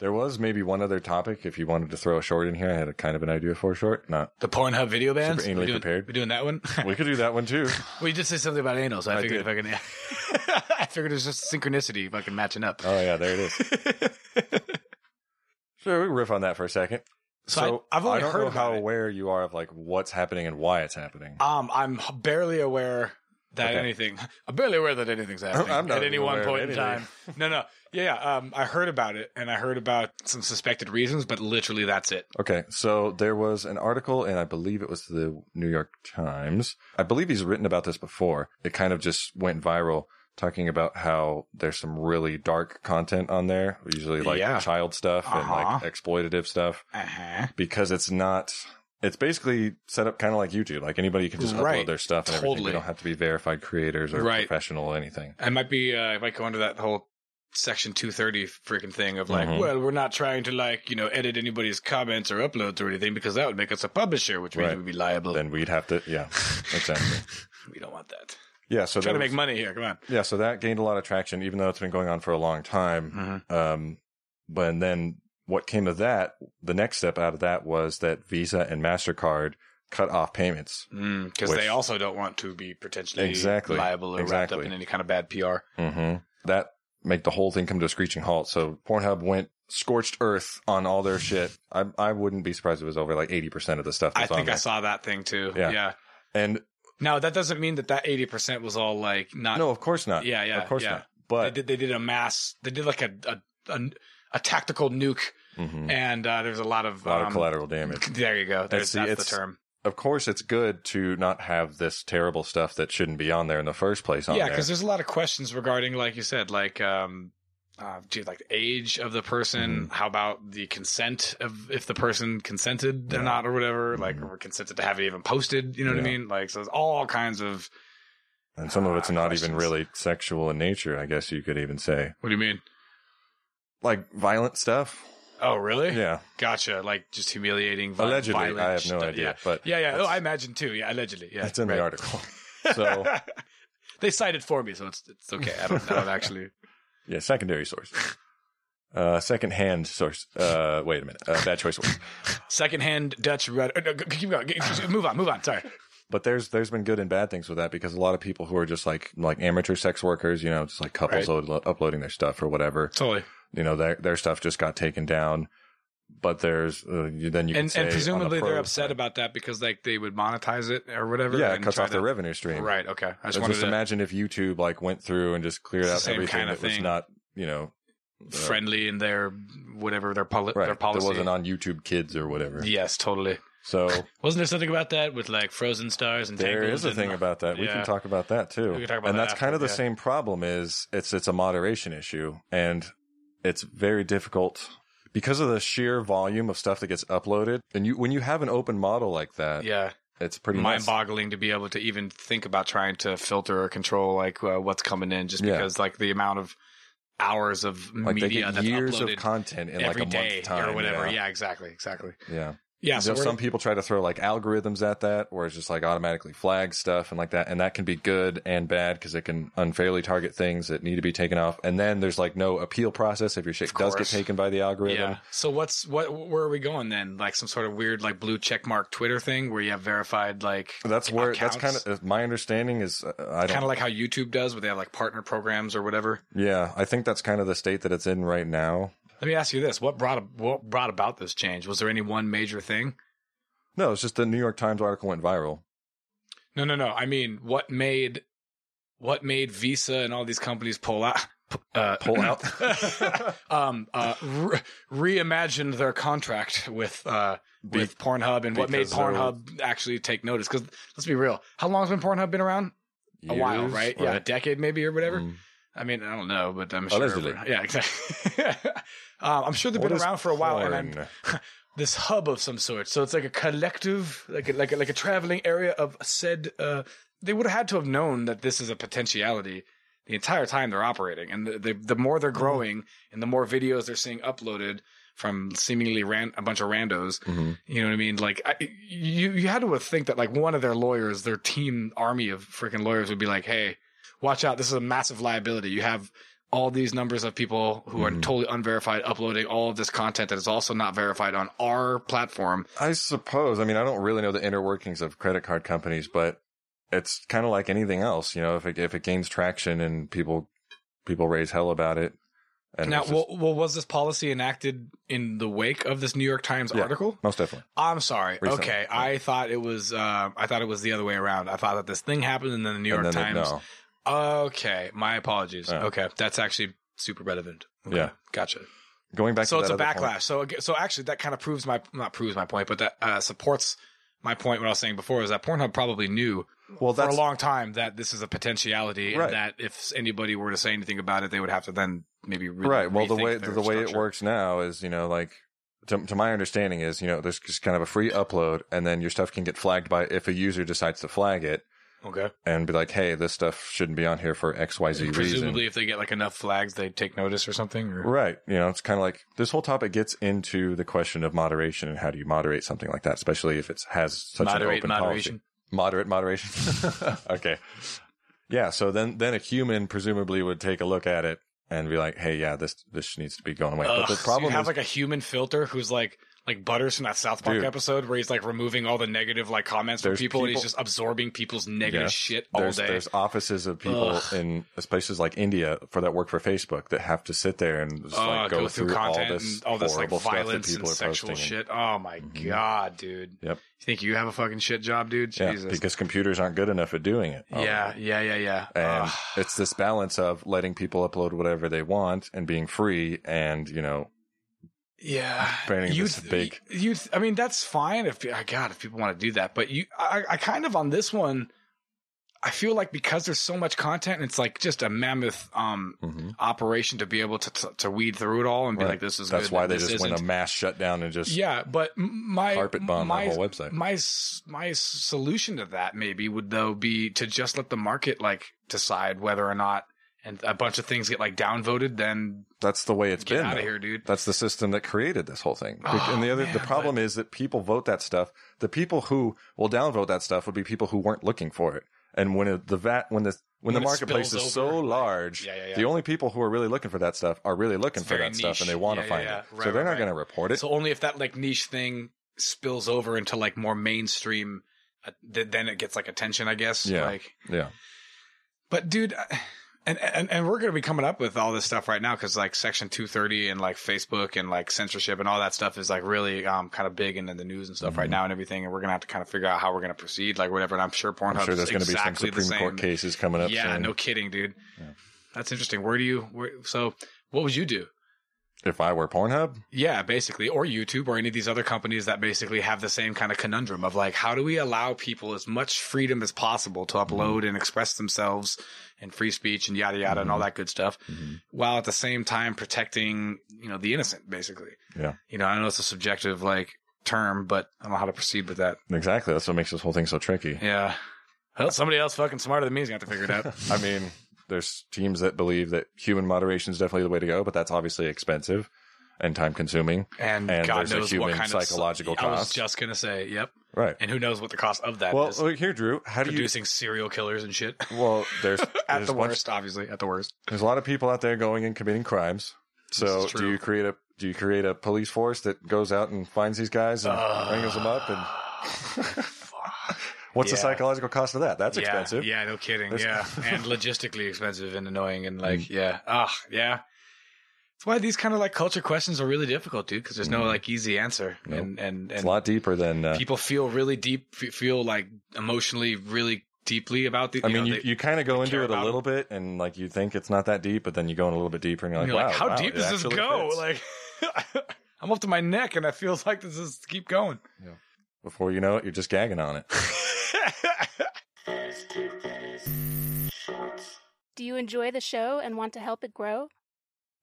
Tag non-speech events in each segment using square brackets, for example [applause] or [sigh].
There was maybe one other topic if you wanted to throw a short in here. I had a kind of an idea for a short. Not The Pornhub video bans. Super anally we doing, prepared. We doing that one. we could do that one too. [laughs] we just said something about anal, so I, I figured if I can, [laughs] I figured it was just synchronicity, fucking matching up. Oh yeah, there it is. Sure, we can riff on that for a second. [laughs] So So, I- I've only I don't heard know how about it. aware you are of like what's happening and why it's happening. um, I'm barely aware that Okay. anything. I'm barely aware that anything's [laughs] happening I'm not at any even one aware of point in time. anything. No, no, yeah, yeah. Um, I heard about it, and I heard about some suspected reasons, but literally that's it. Okay, so there was an article, and I believe it was the New York Times. I believe he's written about this before. It kind of just went viral, talking about how there's some really dark content on there, usually like Yeah. child stuff and like Uh-huh. exploitative stuff, Uh huh. because it's not. It's basically set up kind of like YouTube. Like anybody can just upload Right. their stuff and everything. They Totally. don't have to be verified creators or Right. professional or anything. I might be uh, I might go under that whole section 230 freaking thing of like Mhm. well we're not trying to like you know edit anybody's comments or uploads or anything because that would make us a publisher which means Right. we'd be liable [laughs] Then we'd have to, yeah, exactly. we don't want that Yeah, so trying that to was- make money here come on yeah, so that gained a lot of traction, even though it's been going on for a long time. Mm-hmm. Um, but and then what came of that, the next step out of that was that Visa and MasterCard cut off payments. mm because Which- they also don't want to be potentially Exactly. liable or wrapped Exactly. up in any kind of bad PR Mm-hmm. That made the whole thing come to a screeching halt. So Pornhub went scorched earth on all their shit. I, I wouldn't be surprised if it was over like 80% of the stuff I that's on think there. I saw that thing too Yeah. yeah. and now that doesn't mean that that 80% was all like not no, of course not. Uh, Yeah, yeah, Of course yeah. not. they But did they did a mass they did like a a, a, a tactical nuke Mhm. and uh, there's a lot of a lot of um, collateral damage. There you go. There's, see, that's it's- the term. Of course, it's good to not have this terrible stuff that shouldn't be on there in the first place. On Yeah, there. because there's a lot of questions regarding, like you said, like um, uh, dude, like the age of the person. Mm-hmm. How about the consent of if the person consented Yeah. or not or whatever? Like, Mhm. or consented to have it even posted. You know what I Yeah. mean? Like, so there's all kinds of. And some of it's Ah, not questions. even really sexual in nature, I guess you could even say. What do you mean? Like violent stuff. [laughs] Oh, really? Yeah. Gotcha. Like just humiliating. vi- Allegedly. violent I have no stuff. idea. Yeah. But Yeah, yeah. Oh, that's- I imagine too. Yeah, allegedly. Yeah, that's in the right. [laughs] article. So they cited for me, so it's it's okay. I don't, I don't actually. yeah, secondary source. Uh second hand source. Uh wait a minute. Uh, bad choice words. Secondhand Dutch red. uh, no, g- keep going. G- g- Move on. Move on. Sorry. But there's there's been good and bad things with that because a lot of people who are just like like amateur sex workers, you know, just like couples uplo- uploading their stuff or whatever, Totally. you know, their their stuff just got taken down. But there's uh, you, then you can And, say on and the presumably they're pro upset side- about that because like they would monetize it or whatever. yeah, it and cuts try off to- their revenue stream. Right. Okay. I just Just, wanted just to imagine if YouTube like went through and just cleared It's the out same everything kinda that was thing. not, you know, uh, friendly in their whatever their, poli- right. their That policy. wasn't on YouTube Kids or whatever. yes, totally. So Wasn't there something about that with like frozen stars and there Tangled is a and- thing about that. We can yeah. talk about that too. We can talk about and that that's kind of the after, yeah. same problem. Is it's it's a moderation issue, and it's very difficult because of the sheer volume of stuff that gets uploaded. And you when you have an open model like that, yeah, it's pretty much mind-boggling to be able to even think about trying to filter or control like uh, what's coming in, just Yeah. because like the amount of hours of like they media get that's years of uploaded content in like every a day month's time or whatever. Yeah, Yeah. exactly, exactly. yeah. Yeah, You so know, we're- some people try to throw like algorithms at that, where it's just like automatically flags stuff and like that, and that can be good and bad because it can unfairly target things that need to be taken off. And then there's like no appeal process if your shit Of does get course. taken by the algorithm. Yeah. So what's what? Where are we going then? Like some sort of weird like blue check mark Twitter thing where you have verified like That's where that's Accounts. kind of my understanding is. Uh, I don't. kind of like how YouTube does, where they have like partner programs or whatever. yeah, I think that's kind of the state that it's in right now. Let me ask you this: What brought what brought about this change? Was there any one major thing? No, it's just the New York Times article went viral. No, no, no. I mean, what made what made Visa and all these companies pull out? [laughs] Uh, Pull out. [laughs] um, uh, re- reimagined their contract with uh, Be- [laughs] with Pornhub and what made because there were- Pornhub actually take notice. Because let's be real, how long has been Pornhub been around? a while, Years, right? Yeah, a decade maybe or whatever. Mm. I mean, I don't know, but I'm sure. Allegedly. Yeah, exactly. [laughs] um, I'm sure they've What been is around for a while, and I'm porn? this hub of some sort. So it's like a collective, like a, like a, like a traveling area of said. Uh, they would have had to have known that this is a potentiality the entire time they're operating, and the the, the more Mm. they're growing, and the more videos they're seeing uploaded from seemingly ran, a bunch of randos. Mhm. You know what I mean? Like I, you, you had to think that like one of their lawyers, their team army of freaking lawyers, would be like, "Hey, watch out! This is a massive liability. You have all these numbers of people who are Mhm. totally unverified uploading all of this content that is also not verified on our platform. I suppose. I mean, I don't really know the inner workings of credit card companies, but it's kind of like anything else. You know, if it, if it gains traction and people people raise hell about it, and now, it's just- well, well, was this policy enacted in the wake of this New York Times Yeah. article? most definitely, I'm sorry. Recently. Okay, I thought it was. Uh, I thought it was the other way around. I thought that this thing happened, and then the New York and then Times. They, no. Okay, my apologies. Yeah. Okay, that's actually super relevant. Okay, Yeah. gotcha. going back. so to it's a that other point- backlash. So ag- so actually, that kind of proves my not proves my point, but that uh, supports my point. What I was saying before is that Pornhub probably knew Well, for a that's long time that this is a potentiality, Right. and that if anybody were to say anything about it, they would have to then maybe re- right. Well, the rethink way their the way it structure. works now is, you know, like to, to my understanding is, you know, there's just kind of a free upload, and then your stuff can get flagged by if a user decides to flag it Okay. and be like, hey, this stuff shouldn't be on here for X Y Z reason. Presumably, if they get like enough flags, they take notice or something. Or... Right. You know, it's kind of like this whole topic gets into the question of moderation and how do you moderate something like that, especially if it has such Moderate an open moderation. policy. Moderate moderation. [laughs] okay. Yeah. So then, then a human presumably would take a look at it and be like, "Hey, yeah, this this needs to be going away." Ugh, but the so problem you have is, like a human filter who's like like Butters from that South Park Dude. episode where he's like removing all the negative like comments from There's people, and he's people- just absorbing people's negative Yes. shit all there's day. there's offices of people Ugh. in places like India for that work for Facebook that have to sit there and just Uh, like go, through, content all this and all this like horrible stuff that violence people and are sexual posting. shit. Oh my Mhm. god, dude. Yep. You think you have a fucking shit job, dude? Yeah, Jesus. because computers aren't good enough at doing it. Oh, yeah, yeah, yeah, yeah. and Ugh. it's this balance of letting people upload whatever they want and being free and you know yeah, painting You this th- big- You, th- I mean, that's fine if I God, if people want to do that, but you, I, I kind of on this one, I feel like because there's so much content, and it's like just a mammoth um mm-hmm. operation to be able to to, to weed through it all and be Right. like, this is that's good, why they this just went a isn't. mass shutdown and just yeah, but m- my carpet bomb my the whole website my s- my s- solution to that maybe would though be to just let the market like decide whether or not and a bunch of things get like downvoted then that's the way it's get been out though. of here dude that's the system that created this whole thing Be- Oh, and the other man, the problem is that people vote that stuff the people who will downvote that stuff would be people who weren't looking for it and when it, the vat when the when, When the it marketplace spills is so over, large yeah, yeah, yeah. the only people who are really looking for that stuff are really looking It's for very that stuff and niche. they want Yeah, to yeah, find yeah. it Right, so they're right, not right. going to report it so only if that like niche thing spills over into like more mainstream uh, th- then it gets like attention i guess Yeah. like yeah But dude, I- and and, and we're going to be coming up with all this stuff right now because like Section 230 and like Facebook and like censorship and all that stuff is like really um kind of big and in the news and stuff right Mhm. now and everything. And we're going to have to kind of figure out how we're going to proceed, like whatever. And I'm sure Pornhub I'm sure is there's going to be some exactly the Supreme Court same. cases coming up. Yeah, soon. no kidding, dude. Yeah. That's interesting. Where do you? Where, so, what would you do? If I were Pornhub, Yeah, basically, or YouTube or any of these other companies that basically have the same kind of conundrum of like, how do we allow people as much freedom as possible to upload and express themselves and free speech and yada yada and all Mhm. that good stuff, while at the same time protecting, you know, the innocent, basically. Yeah. You know, I know it's a subjective like term, but I don't know how to proceed with that. exactly. That's what makes this whole thing so tricky. Yeah. Well, somebody else fucking smarter than me is gonna have to figure [laughs] it out. I mean, there's teams that believe that human moderation is definitely the way to go, but that's obviously expensive and time consuming. And, And God there's a knows what human kind psychological of I was cost. just gonna say, yep. Right. And who knows what the cost of that is? Well, look here, Drew. How do you? Producing serial killers and shit. Well, there's [laughs] at there's the a bunch- worst, obviously, at the worst. There's a lot of people out there going and committing crimes. So is true. do you create a do you create a police force that goes out and finds these guys and wrangles them up? [laughs] And [laughs] what's the Yeah. psychological cost of that? That's yeah, expensive. Yeah, no kidding. That's- [laughs] yeah, and logistically expensive and annoying and like Mm. yeah, ah, yeah. That's why these kind of like culture questions are really difficult, dude. Because there's no Mhm. like easy answer, Nope. and and It's and a lot deeper than uh, people feel really deep, f- feel like emotionally really deeply about the. I you mean, know, you, they- you kind of go into care it a about little bit, and like you think it's not that deep, but then you go in a little bit deeper, and you're like, you're wow, like, how wow, deep it does this actually go? fits." Like, [laughs] I'm up to my neck, and I feels like this is [laughs] keep going. Before you know it, you're just gagging on it. Do you enjoy the show and want to help it grow?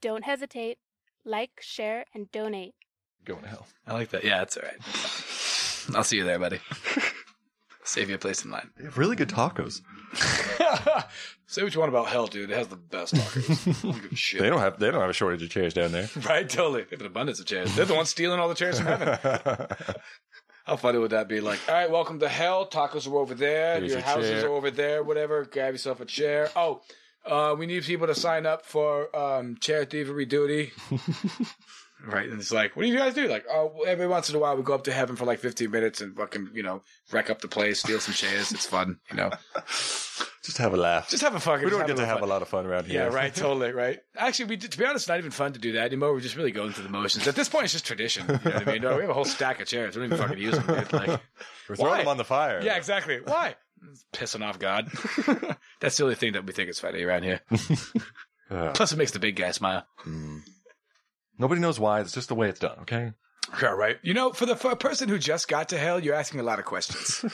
Don't hesitate. Like, share, and donate. Going to hell. I like that. Yeah, it's all right. I'll see you [laughs] there, buddy. Save you a place in line. They have really good tacos. [laughs] Say what you want about hell, dude. It has the best tacos. I don't give a shit. [laughs] They don't have they don't have a shortage of chairs down there. right? Totally. They have an abundance of chairs. They're the ones stealing all the chairs from heaven. How funny would that be? Like, all right, welcome to hell. Tacos are over there. Here's your your houses chair. are over there. Whatever. Grab yourself a chair. Oh, uh, we need people to sign up for um, chair thievery [laughs] duty. right. And it's like, what do you guys do? Like, oh, well, every once in a while we go up to heaven for like 15 minutes and fucking, you know, wreck up the place, steal some chairs. It's fun, you know. [laughs] Just have a laugh. [laughs] Just have a fucking we don't just get to have fun. a lot of fun around here. Yeah, [laughs] right. Totally, right. Actually, we did, to be honest, it's not even fun to do that anymore. We're just really going through the motions. At this point, it's just tradition. You know what I mean? No, we have a whole stack of chairs. We don't even fucking use them. dude. Like, We're throwing Why? them on the fire. yeah, exactly. Why? It's pissing off God. [laughs] That's the only thing that we think is funny around here. Ugh. Plus, it makes the big guy smile. Mm. Nobody knows why. It's just the way it's done. Okay. Yeah, right. You know, for the for a person who just got to hell, you're asking a lot of questions.